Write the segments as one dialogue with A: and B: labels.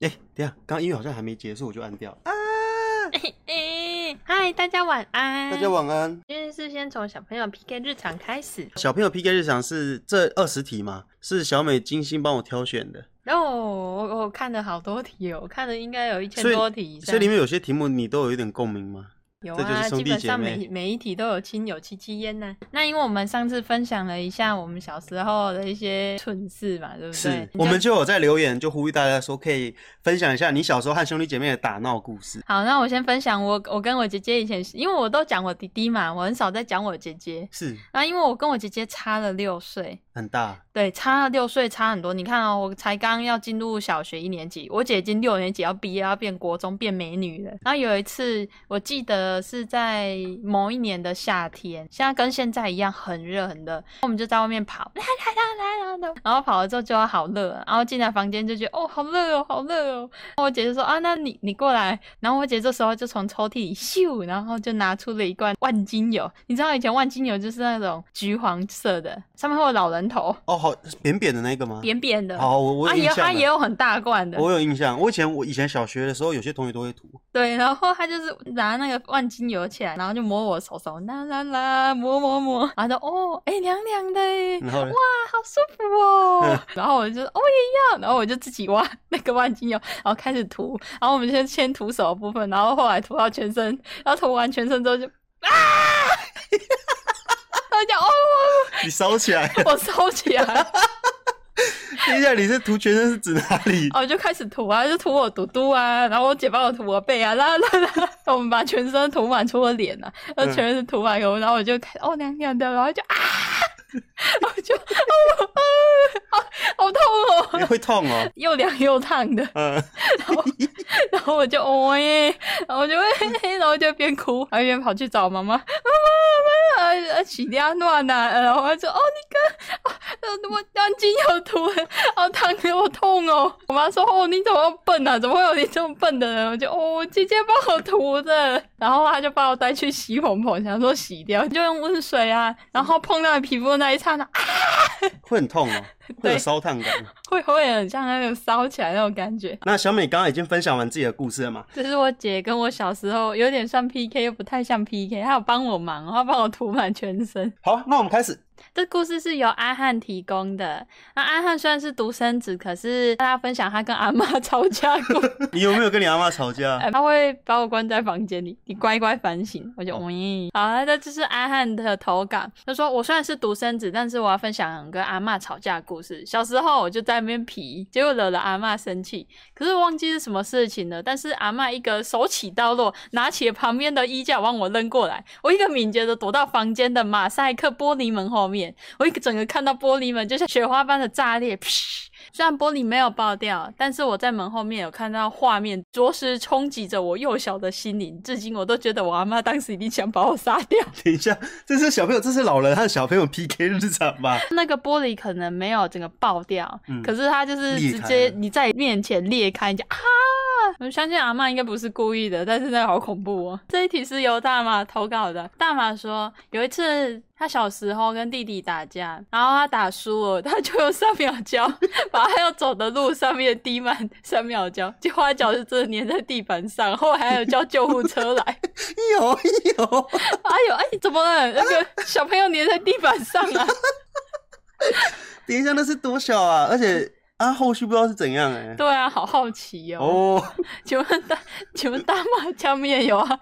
A: 哎、等一下，刚音乐好像还没结束，我就按掉。啊，
B: 哎嗨，大家晚安。
A: 大家晚安。
B: 今天是先从小朋友 PK 日常开始
A: 小朋友 PK 日常是这二十题吗？是小美精心帮我挑选的，
B: 然后我我我看了好多题哦，我看了应该有一千
A: 所以
B: 多题以上
A: 所以里面有些题目你都有一点共鸣吗？
B: 有
A: 这就是
B: 啊，
A: 兄
B: 基
A: 弟
B: 本
A: 姐
B: 上
A: 妹
B: 每每一题都有亲友戚戚焉呐、那因为我们上次分享了一下我们小时候的一些蠢事嘛，对不对
A: 是？，我们就有在留言，就呼吁大家说可以分享一下你小时候和兄弟姐妹的打闹故事。
B: 好，那我先分享我我跟我姐姐以前，因为我都讲我弟弟嘛，我很少在讲我姐姐。
A: 是
B: 然后因为我跟我姐姐差了六岁，
A: 很大，
B: 对，差了六岁，差很多。你看哦，我才刚要进入小学一年级，我姐已经六年级要毕业，要变国中，变美女了。然后有一次，我记得是在某一年的夏天，现在跟现在一样很热很热，我们就在外面跑，来来来来来来，然后跑了之后就好热啊，然后进来房间就觉得哦好热哦好热哦。然后我姐就说啊，那你你过来。然后我姐这时候就从抽屉里咻，然后就拿出了一罐万金油。你知道以前万金油就是那种橘黄色的，上面会有老人头。
A: 哦，好扁扁的那个吗？
B: 扁扁的。
A: 好，我我
B: 啊，
A: 有印
B: 也有
A: 象
B: 它
A: 了
B: 也有很大罐的，
A: 我有印象，我以前我以前小学的时候，有些同学都会 涂。
B: 对，然后他就是拿那个万金油起来，然后就摸我手手，啦啦啦，摸摸摸，然后就哦，哎、凉凉的耶，
A: 然后呢
B: 哇，好舒服
A: 嗯
B: 哦， 然后我就说哦也要，然后我就自己挖 那个万金油，然后开始涂，然后我们先先涂手的部分，然后后来涂到全身，然后涂完全身之后就啊， 然后就哦，
A: 你烧起来，
B: 我收起来，
A: 等一下你是涂全身是指哪里？
B: 哦，就开始涂啊，就涂我嘟嘟啊，然后我姐帮我涂我背啊，啦啦啦，我们把全身涂满，除了脸啊，然后全身涂满油，然后我就看哦凉凉的，然后就啊，然后就哦，啊好好 痛哦，
A: 你会痛哦。
B: 又凉又烫的，
A: 嗯，
B: 然后我就哦耶，然后我就会，然后就边哭，然后一边跑去找妈妈，妈妈妈妈，啊，起掉暖呐，然后我就哦你看，哦我当金有毒，啊好烫，我痛哦。我妈说哦你怎么笨啊，怎么会有你这么笨的人？我就哦姐姐帮我涂的，然后她就把我带去洗蓬蓬，想说洗掉，就用温水啊，然后碰到皮肤的那一刹那，
A: 会很痛 哦，会
B: 对
A: 有烧烫感。
B: 会会很像那种烧起来那种感觉。
A: 那小美刚刚已经分享完自己的故事了嘛？
B: 这是我姐跟我小时候有点像 PK，又不太像 PK，她有帮我忙，她帮我涂满全身。
A: 好，那我们开始。
B: 这故事是由阿汉提供的。那阿汉虽然是独生子，可是大家分享他跟阿妈 吵架过，
A: 你有没有跟你阿妈吵架？
B: 呃他会把我关在房间里，你乖乖反省。我就喂、好了，那这就是阿汉的投稿。他说我虽然是独生子，但是我要分享跟阿妈吵架的故事。小时候我就在那边皮，结果惹了阿妈生气，可是我忘记是什么事情了。但是阿嬷一个手起刀落，拿起了旁边的衣架往我扔过来，我一个敏捷的躲到房间的马赛克玻璃门后面。我一个整个看到玻璃门就像雪花般的炸裂， 噗虽然玻璃没有爆掉，但是我在门后面有看到画面，着实冲击着我幼小的心灵。至今我都觉得我阿嬷当时一定想把我杀掉。
A: 等一下，这是小朋友，这是老人和小朋友 PK 日常吧？
B: 那个玻璃可能没有整个爆掉，
A: 嗯
B: 可是它就是
A: 裂
B: 直
A: 开
B: 接
A: 了
B: 你在面前裂开，你就啊！我相信阿嬷应该不是故意的，但是那个好恐怖哦。这一题是由大马投稿的，大马说有一次。他小时候跟弟弟打架，然后他打输了，他就用三秒胶把他要走的路上面滴满三秒胶，结果他脚是真的粘在地板上，后来还有叫救护车来。
A: 有有，
B: 哎呦，哎，怎么了？那个小朋友粘在地板上啊！
A: 等一下，那是多小啊？而且啊，后续不知道是怎样哎、
B: 对啊，好好奇哦
A: 哦，
B: 请问大，请问大麻酱面有啊？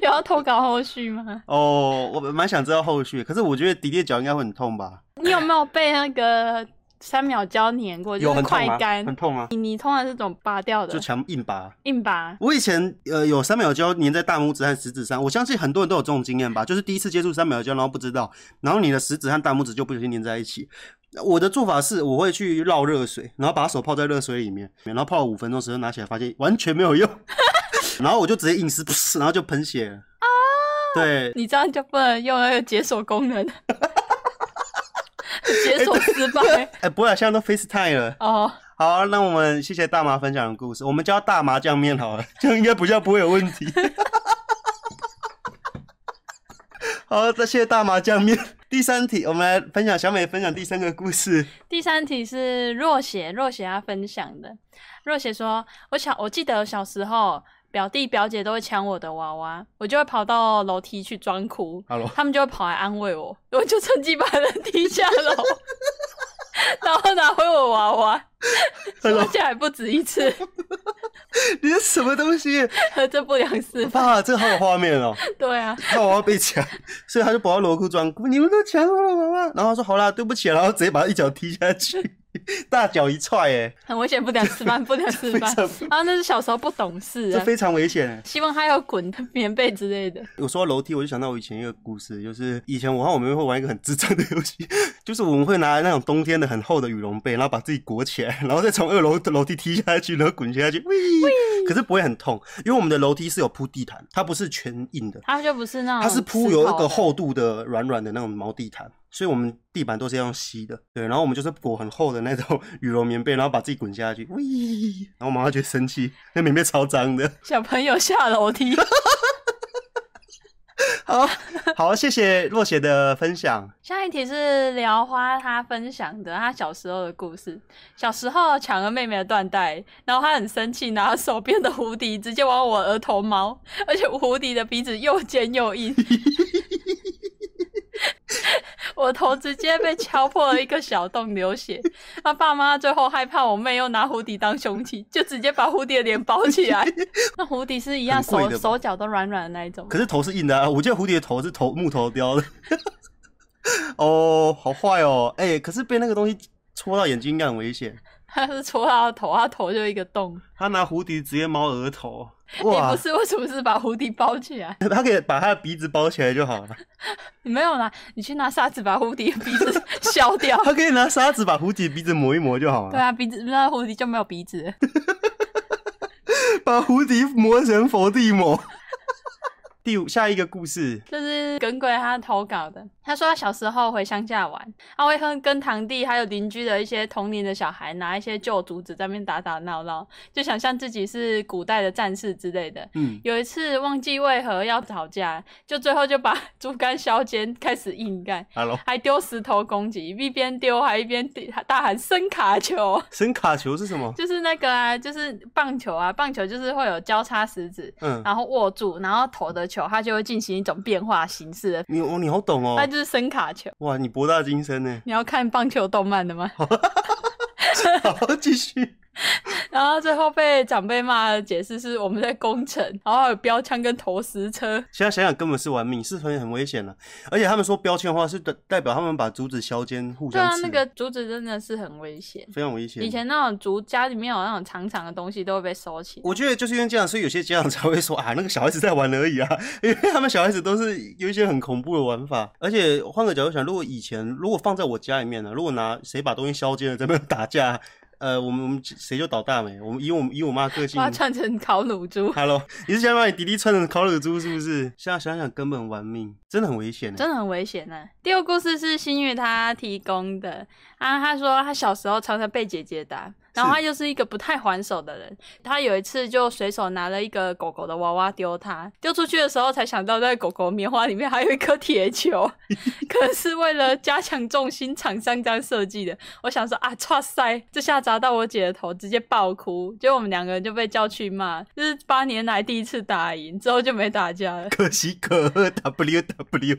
B: 有要投稿后续吗？
A: 哦，我蛮想知道后续，可是我觉得迪迪的脚应该会很痛吧？
B: 你有没有被那个三秒胶粘过？
A: 有
B: 就是
A: 很痛
B: 快
A: 吗？
B: 干
A: 很，痛啊，
B: 你你通常是怎么拔掉
A: 就
B: 的？
A: 强硬拔。
B: 硬拔。
A: 我以前呃有三秒胶粘在大拇指和食指上，我相信很多人都有这种经验吧，就是第一次接触三秒胶，然后不知道，然后你的食指和大拇指就不小心粘在一起。我的做法是，我会去绕热水，然后把手泡在热水里面，然后泡了五分钟时候拿起来，发现完全没有用， 然后我就直接硬撕，噗然后就喷血了。对，
B: 你这样就不能用那个解锁功能，解锁失败、
A: 哎、不过现在都 FaceTime 了。
B: 哦。
A: 好，那我们谢谢大麻分享的故事，我们叫大麻酱面好了， 这样应该比较不会有问 题。好，再谢谢大麻酱面。第三题，我们来分享小美分享第三个故事。
B: 第三题是若雪，若雪她分享的。若雪说：“我小，我记得小时候，表弟表姐都会抢我的娃娃，我就会跑到楼梯去装哭，
A: Hello，
B: 他们就会跑来安慰我，我就趁机把人踢下楼， 然后拿回我娃娃，
A: 哎
B: 而且还不止一次，
A: 你是什么东西？
B: 和这不良示范。
A: 爸，这好有画面哦、
B: 对啊，
A: 他娃娃被抢，所以他就跑到楼库装哭，你们都抢我的娃娃。然后他说好啦，对不起，然后直接把他一脚踢下去，大脚一踹、欸，
B: 很危险，不良示范，不良示
A: 非
B: 范。
A: 常
B: 然后那是小时候不懂事
A: 这
B: 啊，
A: 非常危险、欸。
B: 希望他要滚 棉被之类的。
A: 我说到楼梯，我就想到我以前一个故事，就是以前我和我妹妹会玩一个很智障的游戏， 就是我们会拿那种冬天的很厚的羽绒被，然后把自己裹起来，然后再从二楼的楼梯踢下去，然后滚下去，喂，可是不会很痛，因为我们的楼梯是有铺地毯，它不是全硬的，
B: 他就不是那种
A: 它是铺有一
B: 石头
A: 个
B: 哦的
A: 厚度的软软的那种毛地毯，所以我们地板都是要用吸的。对，然后我们就是裹很厚的那种 羽绒棉被，然后把自己滚下去，喂，然后我妈妈就会生气，那棉被超脏的。
B: 小朋友下楼梯。
A: 好，好，谢谢若雪的分享。
B: 下一题是聊花，她分享的她小时候的故事。小时候抢了妹妹的缎带，然后她很生气，拿手边的蝴蝶直接往我额头猫，而且蝴蝶的鼻子又尖又硬，我头直接被敲破了一个小洞，流血。她爸妈最后害怕我妹又拿蝴蝶当凶器，就直接把蝴蝶的脸包起 来。那蝴蝶是一样
A: 很贵
B: 手
A: 的吧
B: 手脚都软软的那一种吗。
A: 可是头是硬的啊， 我记得蝴蝶的头是头木头雕的。 哦，好坏哦，哎、可是被那个东西戳到眼睛应该很危险。
B: 他是戳他的头，他头就一个洞。
A: 他拿蝴蝶直接猫额头，
B: 你
A: 哇
B: 哎不！是为什么是把蝴蝶包起来？
A: 他可以把他的鼻子包起来就 好了，
B: 你没有拿，你去拿沙子把蝴蝶鼻子 削掉。
A: 他可以拿砂纸把蝴蝶鼻子磨一磨就好
B: 对
A: 了，
B: 啊，鼻子那蝴蝶就没有鼻子了。
A: 把蝴蝶磨成佛地 魔。第五下一个故事，
B: 就是耿鬼他投稿的，他说他小时候回乡下玩，他会和跟堂弟还有邻居的一些同龄的小孩拿一些旧竹子在那边打打闹闹，就想象自己是古代的战士之类的。
A: 嗯，
B: 有一次忘记为何要吵架，就最后就把竹竿削尖，开始硬干。
A: 哈喽，
B: 还丢石头攻击，一边丢还一边地大喊“声卡球
A: 声卡球是什么”，？
B: 就是那个啊，就是棒球啊，棒球就是会有交叉食指，
A: 嗯，
B: 然后握住，然后投的球它就会进行一种变化形式的，
A: 你哦，你好懂哦
B: 它，啊就是声卡球。
A: 哇，你博大精深呢。
B: 你要看棒球动漫的吗？
A: 哦好，继续。
B: 然后最后被长辈骂的解释是我们在攻城，然后还有标枪跟投石车，
A: 现在想想根本是玩命，是很很危险了。而且他们说标签的话是代代表他们把竹子削尖，互
B: 对
A: 相
B: 啊，
A: 刺，
B: 那个竹子真的是很危险。
A: 非常危险。
B: 以前那种竹家里面有那种长长的东西都会被收起，
A: 哦我觉得就是因为这样，所以有些家长才会说啊，那个小孩子在玩而已啊，因为他们小孩子都是有一些很恐怖的玩法。而且换个角度想，如果以前如果放在我家里面呢、如果拿谁把东西削尖了在那边打架， 呃，我们我们谁就倒大霉。我们以我们以我妈 个性
B: 把它串成烤乳猪。
A: ，Hello，你是想把你弟弟穿成烤乳猪是不是？现在想想根本玩命，真的很危险、欸。
B: 真的很危险呢、第二个故事是新月他提供的啊，他说他小时候常常被姐姐打，然后他又是一个不太还手的人。他有一次就随手拿了一个狗狗的娃娃丢他，丢出去的时候才想到那个狗狗棉花里面还有一颗铁 球，可能是为了加强重心，厂商这样设计的。我想说啊，哇塞，这下砸到我姐的头，直接爆哭。结果我们两个人就被叫去骂，这是八年来第一次打赢，之后就没打架了。
A: 可喜可贺 W W，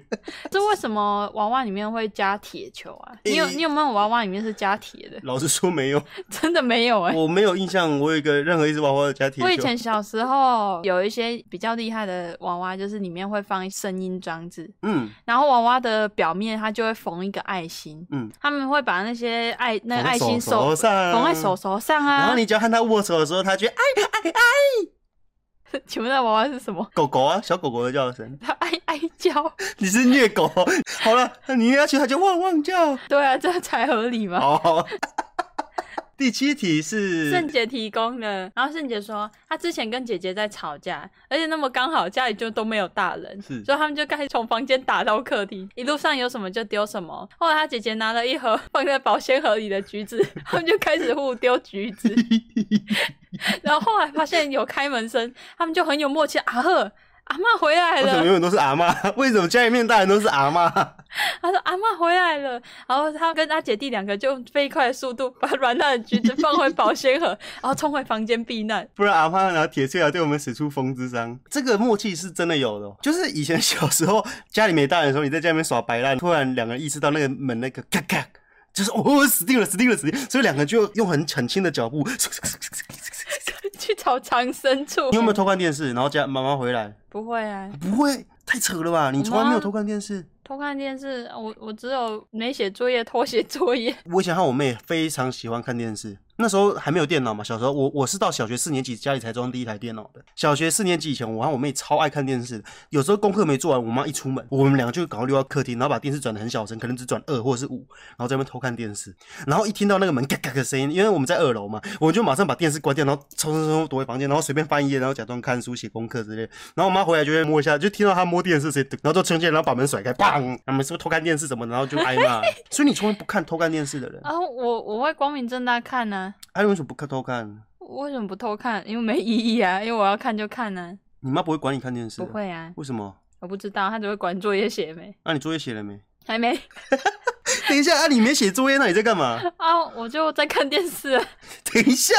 B: 这为什么娃娃里面会加铁球啊？
A: 诶
B: 你有你有没有娃娃里面是加铁的？
A: 老实说没有，
B: 真的没有哎、
A: 我没有印象，我有一个任何一只娃娃的家庭。
B: 我以前小时候有一些比较厉害的娃娃，就是里面会放声音装置，
A: 嗯，
B: 然后娃娃的表面它就会缝一个爱心，
A: 嗯，
B: 他们会把那些爱那个爱心
A: 手
B: 手
A: 上
B: 缝在手手上
A: 啊然
B: 啊
A: 后。你只要和它握手的时候，它就哎爱爱爱。
B: 请问那娃娃是什么？
A: 狗狗啊，小狗狗的叫声，
B: 它爱爱叫，
A: 你是虐狗。哦 好了，你要去它就汪汪 叫。
B: 对啊，这才合理嘛。
A: 好， 第七题是
B: 圣姐提供的。然后圣姐说，她之前跟姐姐在吵架，而且那么刚好家里就都没有大人，
A: 是
B: 所以他们就开始从房间打到客厅，一路上有什么就丢什么。后来她姐姐拿了一盒放在保鲜盒里的 橘子，他们就开始互丢橘子。然后后来发现有开门声，他们就很有默契，啊呵，阿嬷回来
A: 为什么
B: 了。
A: 永远都是阿妈？为什么家里面大人都是阿妈？
B: 他说阿嬷回来了，然后他跟他姐弟两个就用飞快的速度把软烂的橘子放回保鲜盒，然后冲回房间避难。
A: 不然阿妈拿铁锤来对我们使出风之伤。这个默契是真的有的哦、就是以前小时候家里没大人的时候，你在家里面耍白烂，突然两个人意识到那个门那个咔咔，就是哦死定了死定了死定了，所以两个就用很很轻的脚步。
B: 去找藏身处。
A: 你有没有偷看电视？然后家妈妈回来，
B: 不会啊，
A: 不会太扯了吧？你从来没有偷看电视。
B: 偷看电视，我我只有没写作业偷写作业。
A: 我以前和我妹非常喜欢看电视，那时候还没有电脑嘛。小时候我我是到小学四年级家里才装第一台电脑的。小学四年级以前，我和我妹超爱看电视的。有时候功课没做完，我妈一出门，我们两个就赶快溜到客厅，然后把电视转的很小声，可能只转二或者是五，然后在那边偷看电视。然后一听到那个门嘎嘎的声音，因为我们在二楼嘛，我就马上把电视关掉，然后冲冲冲躲回房间，然后随便翻一页，然后假装看书写功课之类的。然后我妈回来就会摸一下，就听到她摸电视谁，然后就冲进来，然后把门甩开，砰！他们是不是偷看电视什么的？然后就挨 骂。所以你从来不看偷看电视的人，
B: 然后啊我我会光明正大看呢、
A: 还有为什么不看偷看？
B: 为什么不偷看？因为没意义啊，因为我要看就看呢、
A: 你妈不会管你看电视？
B: 不。会啊，
A: 为什么？啊
B: 我不知道，他只会管作业写没，
A: 那、你作业写了没？
B: 还没
A: 等一下，啊，你没写作业，那你在干嘛？
B: 啊，我就在看电视啊。
A: 等一下，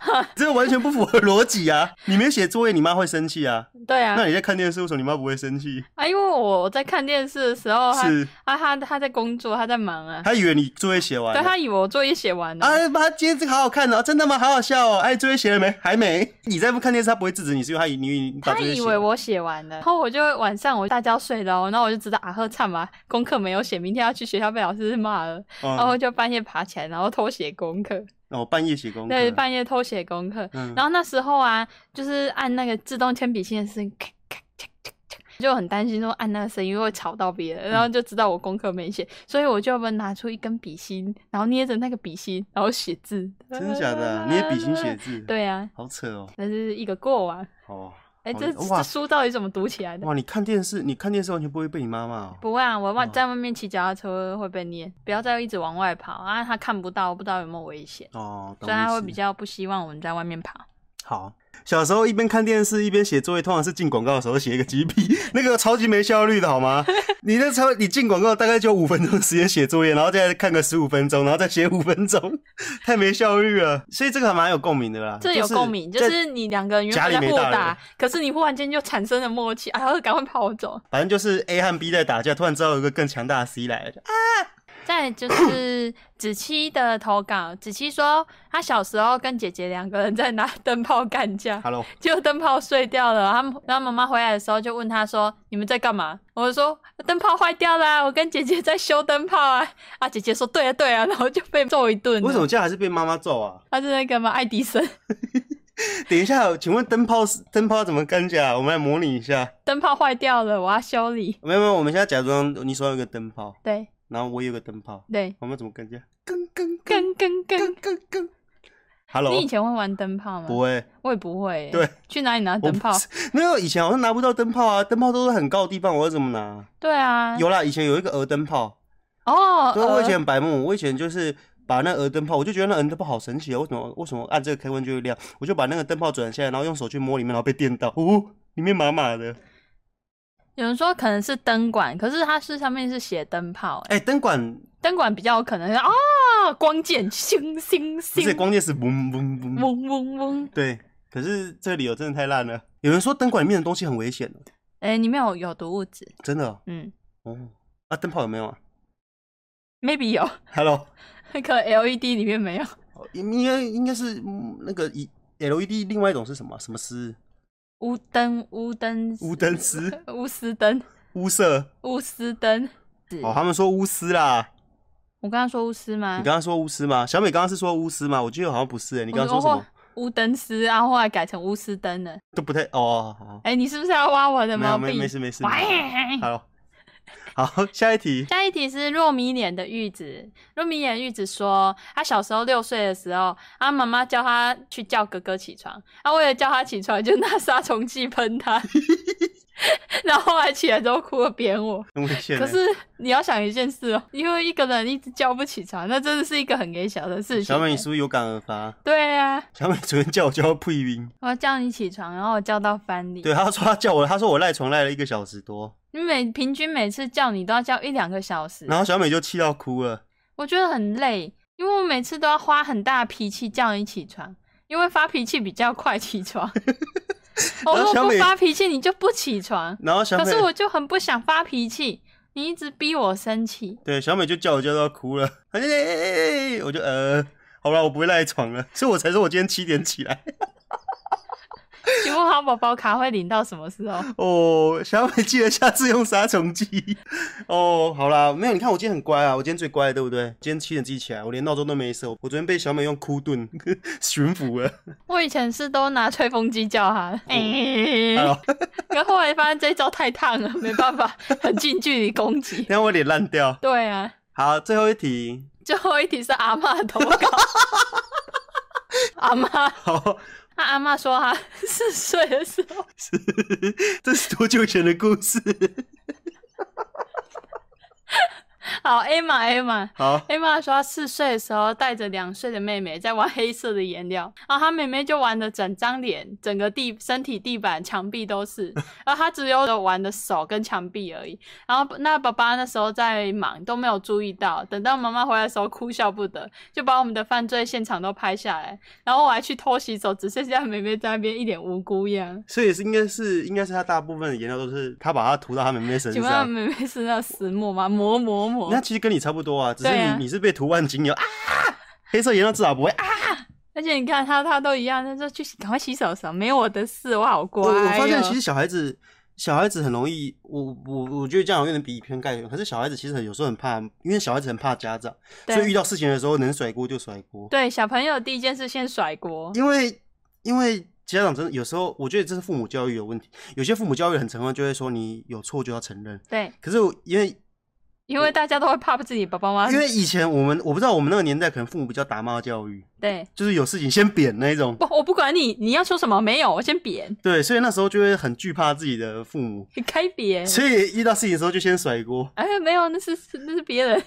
A: 啊这完全不符合逻辑啊！ 你没写作业，你妈会生气啊。
B: 对 啊，
A: 那你在看电视，为什么你妈不会生气？
B: 啊，因为我我在看电视的时候，他
A: 是
B: 啊他他在工作，他在忙啊，
A: 她以为你作业写完
B: 对
A: 了。
B: 他以为我作业写完了。
A: 啊，妈，今天这个好好看哦！真的吗？好好笑哦！哎，作业写了没？还没。你再不看电视，她不会制止你，是因为她以你你把
B: 他
A: 作业
B: 以
A: 写
B: 为
A: 了。
B: 我写完了，然后我就晚上我大觉睡了哦，然后我就知道啊呵，惨吧，功课没有写，明天要去学校被老师骂了，然后
A: 嗯，
B: 就半夜爬起来，然后偷写功课，
A: 哦，半夜写功课。
B: 对，半夜偷写功课。
A: 嗯
B: 然后那时候啊，就是按那个自动铅笔芯的声音，咔咔咔咔咔就很担心说按那个声音会吵到别人，然后就知道我功课没写，所以我就们拿出一根笔芯，然后捏着那个笔芯，然后写字。
A: 真的假的、啊？你也笔芯写？字？，
B: 对啊，
A: 好扯哦。
B: 那是一个过往。
A: 哦，
B: 哎、
A: 好
B: 这
A: 哇
B: 这书到底怎么读起来的？
A: 哇，你看电视，你看电视完全不会被你妈骂哦。
B: 不会啊，我外
A: 哦
B: 在外面骑脚踏车会被念，不要再一直往外跑啊，他看不到，不知道有没有危险，
A: 哦，懂
B: 所以他
A: 意
B: 会
A: 思
B: 比较不希望我们在外面跑。
A: 好。小时候一边看电视一边写作业，通常是进广告的时候写一个几笔， 那个超级没效率的好 吗？你那时候你进广告大概就五分钟的时间写作业，然后再看个十五分钟，然后再写五分钟， 太没效率了。所以这个还蛮有共鸣的啦，
B: 这有共鸣，就
A: 在
B: 是你两个人原
A: 家
B: 本
A: 里
B: 在
A: 没
B: 互
A: 大人
B: 打，可是你忽然间就产生了默契，啊，然后赶快跑走。
A: 反正就是 A 和 B 在打架，突然知道有一个更强大的 C 来了，就啊
B: 再来就是 子期的投稿，子期说他小时候跟姐姐两个人在拿灯泡干架，
A: ，Hello，
B: 结果灯泡碎掉了。他们然后妈妈回来的时候就问他说：“你们在干嘛？”我说：“灯泡坏掉啦，我跟姐姐在修灯泡啊。”啊，姐姐说：“对啊，对啊。”然后就被揍一顿了。
A: 为什么这样还是被妈妈揍啊？
B: 他是那个嘛爱迪生？
A: 等一下，请问灯泡是灯泡怎么干架？我们来模拟一下。
B: 灯泡坏掉了，我要修理。
A: 没有没有，我们现在假装你手上有个灯泡，
B: 对
A: 然后我也有个灯泡，
B: 对，
A: 我们怎么干架？跟跟跟
B: 跟跟跟
A: 跟跟跟。Hello，
B: 你以前会玩灯泡吗？
A: 不会，
B: 我也不会耶。欸
A: 对，
B: 去哪里拿
A: 我
B: 灯泡
A: 不？是没有以前好像拿不到灯泡啊，灯泡都是很高的地方，我要怎么拿？
B: 对啊，
A: 有啦，以前有一个鹅灯泡，
B: 哦，
A: 对，啊我以前
B: 呃
A: 很白目，我以前就是。把那个鹅灯泡，我就觉得那鹅灯泡好神奇哦！为什么为什么按这个开关就会亮？我就把那个灯泡转下来，然后用手去摸里面，然后被电到，哦，里面麻麻的。
B: 有人说可能是灯管，可是它是上面是写灯泡，哎
A: 哎、灯管
B: 灯管比较有可能是啊，光剑星星
A: 不
B: 星，
A: 是光键是嗡嗡嗡，
B: 嗡嗡嗡。
A: 对。可是这个理由真的太烂了。有人说灯管里面的东西很危险哦
B: 哎、里面有有毒物质，
A: 真的哦。
B: 嗯
A: 哦啊，灯泡有没有啊
B: ，maybe 有，
A: ？Hello，
B: 可能 LED E 里面没有，
A: 哦应应该应该是嗯那个一 LED 另外一种是什么啊？什么丝？
B: 乌灯乌灯
A: 乌灯 丝？
B: 钨丝灯
A: 乌色？
B: 钨丝灯。
A: 哦，他们说乌丝啦。
B: 我刚刚说钨丝吗
A: 你？刚刚说乌丝吗？小美刚刚是说乌丝吗？我记得好像不是、欸。你刚刚说什
B: 我
A: 么？
B: 乌灯丝，然后后来改成钨丝灯了。
A: 都不太哦。好好
B: 哎、你是不是要挖我的
A: 没有
B: 毛
A: 没
B: 病？
A: 没事没事。
B: 喂
A: Hello，好，下一题。
B: 下一题是糯米脸的玉子。糯米脸玉子说，他小时候六岁的时候，他妈妈叫 啊他去叫哥哥起床，他为了叫他起床，就拿杀虫剂喷他。然后后来起来之后哭了扁我。
A: 很危险欸。
B: 可是你要想一件事哦，因为一个人一直叫不起床，那真的是一个很给小的事情。
A: 欸
B: 啊
A: 小美，你是不是有感而发？
B: 对啊，
A: 小美昨天叫我叫到配音，
B: 我要叫你起床，然后我叫到翻你。
A: 对，她说她叫我，她说我赖床赖了一个小时多，
B: 你每平均每次叫你都要叫一两个小时，
A: 然后小美就气到哭了。
B: 我觉得很累，因为我每次都要花很大的脾气叫你起床，因为发脾气比较快 起床。我
A: 然后
B: 如
A: 小
B: 果不
A: 美
B: 发脾气，你就不起床。
A: 然后小
B: 可
A: 美，
B: 是我就很不想发脾气，你一直逼我生气。
A: 对小美就叫我叫到哭了，她就哎哎哎，我就呃，好了，我不会赖床了，所以我才说我今天七点起来。
B: 请问好宝宝卡会领到什么时候？
A: 哦，小美记得下次用杀虫剂。哦，好啦，没有，你看我今天很乖啊，我今天最乖，对不对？今天七点自己起来，我连闹钟都没设，我昨天被小美用哭顿 驯服了。
B: 我以前是都拿吹风机叫他，
A: 哎
B: 哎
A: 呦，
B: 可后来发现这一招太烫了，没办法，很近距离攻击。
A: 等一下我脸烂掉。
B: 对啊，
A: 好，最后一题，
B: 最后一题是阿嬷的投 稿。阿嬷，
A: 好，
B: 那阿嬷说她 四岁的时候，
A: 这是多久以前的故事？
B: 好 Emma Emma。
A: 好，
B: Emma 说，她四岁的时候带着两岁的妹妹在玩黑色的颜料，然后她妹妹就玩的整张脸、整个地、身体、地板、墙壁都是，然后她只有玩的手跟墙壁而已。然后那爸爸那时候在忙，都没有注意到，等到妈妈回来的时候哭笑不得，就把我们的犯罪现场都拍下来。然后我还去偷洗手，只剩下妹妹在那边一脸无辜样。
A: 所以是应该是应该是他大部分的颜料都是他把它涂到他妹妹身
B: 请问她
A: 上。
B: 妹妹是那石墨吗？磨磨磨
A: 啊那。其实跟你差不多啊，只是你、
B: 对啊
A: 你是被涂万金油啊，黑色颜料至少不会啊。
B: 而且你看她，她都一样，她说去洗赶快洗手手，没有我的事，我好乖、
A: 我
B: 哦。
A: 我发现其实小孩子，小孩子很容易，我我我觉得家长有点以偏概全。可是小孩子其实很有时候很怕，因为小孩子很怕家长，所以遇
B: 对
A: 到事情的时候能甩锅就甩锅。
B: 对，小朋友第一件事先甩锅，
A: 因为因为家长真的有时候，我觉得这是父母教育有问题。有些父母教育很成功，就会说你有错就要承认。
B: 对，
A: 可是我因为
B: 因为大家都会怕自己爸爸妈
A: 因
B: 妈，
A: 为以前我们我不知道我们那个年代，可能父母比较打骂教育，
B: 对，
A: 就是有事情先扁那一种。
B: 不，我不管你，你要说什么没有，我先扁，
A: 对，所以那时候就会很惧怕自己的父母，
B: 你开扁，
A: 所以遇到事情的时候就先甩锅，
B: 哎呀，没有，那是是那是 别人，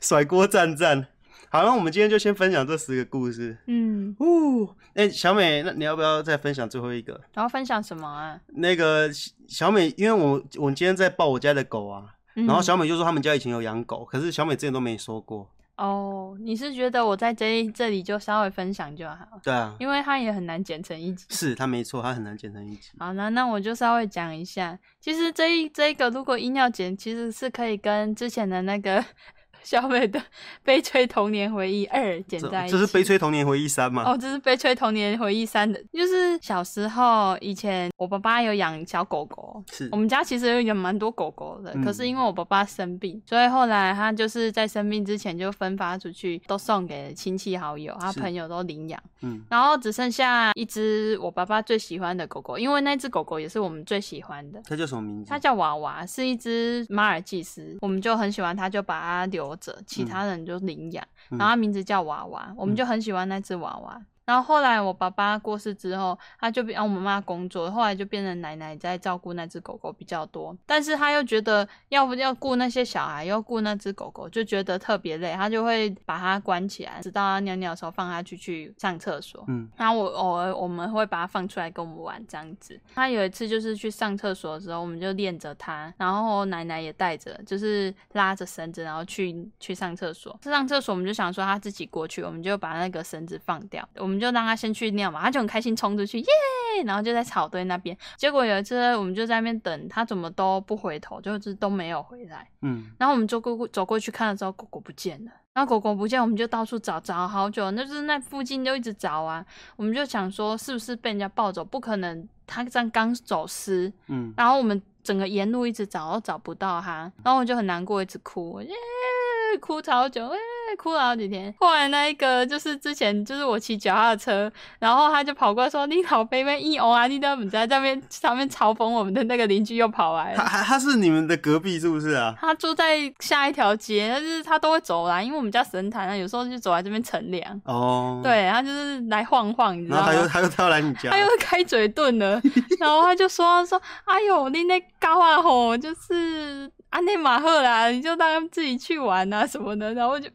A: 甩锅赞赞。好，那我们今天就先分享这十个故事。
B: 嗯，
A: 呜，哎、小美，那你要不要再分享最后一个？
B: 然后分享什么啊？
A: 那个小小美，因为我我今天在抱我家的狗啊，
B: 嗯、
A: 然后小美就说他们家以前有养狗，可是小美之前都没说过。
B: 哦，你是觉得我在这这里就稍微分享就好，
A: 对啊，
B: 因为它也很难剪成一集。
A: 是她没错，她很难剪成一集。
B: 好，那那我就稍微讲一下，其实这一这一个如果硬要剪，其实是可以跟之前的那个 小美的《悲催童年回忆二》剪
A: 这
B: 在一起。
A: 这是悲催童年回忆三嘛？
B: 哦，这是《悲催童年回忆三》的，就是小时候以前我爸爸有养小狗狗，
A: 是
B: 我们家其实有养蛮多狗狗的，
A: 嗯
B: 可是因为我爸爸生病，所以后来他就是在生病之前就分发出去，都送给亲戚好友，他
A: 是
B: 朋友都领养，
A: 嗯，
B: 然后只剩下一只我爸爸最喜欢的狗狗，因为那只狗狗也是我们最喜欢的。
A: 她叫什么名字
B: 它？叫娃娃，是一只马尔济斯，我们就很喜欢它，就把它留着，其他人就领养。
A: 嗯
B: 然后它名字叫娃娃，我们就很喜欢那只娃娃。然后后来我爸爸过世之后，他就让我妈妈工作，后来就变成奶奶在照顾那只狗狗比较多。但是他又觉得要不要顾那些小孩，又顾那只狗狗，就觉得特别累，他就会把它关起来，直到它尿尿的时候放它去去上厕所。
A: 嗯，
B: 然后我偶尔我们会把它放出来跟我们玩这样子。他有一次就是去上厕所的时候，我们就练着它，然后奶奶也带着，就是拉着绳子，然后去去上厕所。上厕所我们就想说它自己过去，我们就把那个绳子放掉，我们就让它先去尿嘛，它就很开心冲出去，耶！然后就在草堆那边。结果有一次我们就在那边等，它怎么都不回头，就是都没有回来。
A: 嗯，
B: 然后我们走过走过去看的时候，狗狗不见了。然后狗狗不见，我们就到处找，找好久，那就是那附近就一直找啊。我们就想说，是不是被人家抱走？不可能，它这样刚走失。
A: 嗯，
B: 然后我们整个沿路一直找，都找不到它。然后我就很难过，一直哭，我就、欸、哭超久，欸哭了好几天。后来那一个就是之前就是我骑脚踏车，然后他就跑过来说：“你好，贝贝，一欧啊，你都不在那边上面嘲讽我们的那个邻居又跑来
A: 他
B: 了。”
A: 他他是你们的隔壁是不是啊？
B: 他住在下一条街，但是他都会走来，因为我们家神坛啊，有时候就走来这边乘凉。
A: 哦，，
B: 对，他就是来晃晃，你知
A: 然
B: 道
A: 后他又
B: 吗？
A: 他又他又来你家
B: 他，又开嘴遁了，然后他就说说，哎呦，你那高啊吼，就是安内马赫啦，你就让他们自己去玩啊什么的，然后我就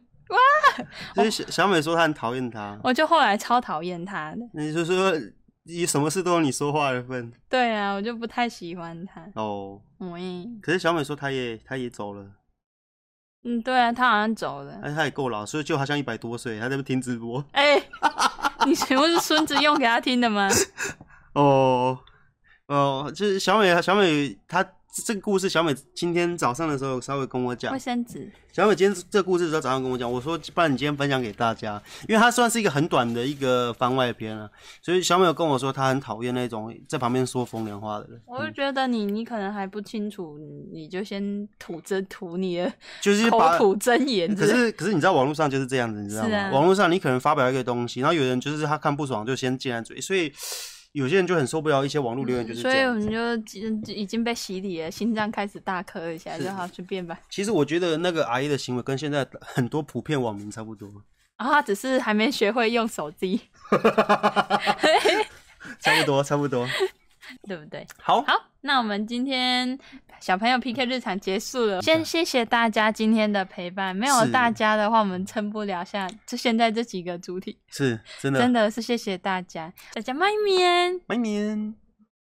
A: 所以小小美说她很讨厌他，
B: 我就后来超讨厌他的，
A: 你就说你什么事都有你说话的份
B: 对啊，我就不太喜欢他，
A: 哦。
B: 嗯
A: 可是小美说她也她也走了，
B: 嗯，对啊，他好像走了，
A: 而且她也够老，所以就好像一百多岁，她在那边听直播
B: 哎、你全部是孙子用给他听的吗？
A: 哦哦，就是小美小美她这个故事，小美今天早上的时候有稍微跟我讲
B: 卫，生纸，
A: 小美今天这个故事的时候，早上跟我讲，我说不然你今天分享给大家，因为它算是一个很短的一个番外篇啊，所以小美有跟我说她很讨厌那种在旁边说风凉话的人，
B: 我就觉得你你可能还不清楚，你你就先吐真吐你的
A: 就是
B: 口
A: 把。嗯
B: 吐真言之
A: 可
B: 类的，
A: 是可是你知道网络上就是这样子，你知道
B: 是
A: 吗？
B: 啊
A: 网络上你可能发表一个东西，然后有人就是他看不爽就先进来嘴，所以有些人就很受不了一些网络留言就是这
B: 嗯所以我
A: 样
B: 们
A: 子。
B: 就已嗯已经被洗礼了，心脏开始大颗一下，
A: 是
B: 就好随便吧。
A: 其实我觉得那个阿姨的行为跟现在很多普遍网民差不多，
B: 然后啊他只是还没学会用手机，
A: 差不多差不多。
B: 对不对？
A: 好，
B: 好，那我们今天小朋友 PK 日常结束了，先谢谢大家今天的陪伴。没有
A: 嗯是
B: 大家的话，我们撑不了下就现在这几个主体，
A: 是真的，
B: 真的是谢谢大家，大家拜年。
A: 拜年。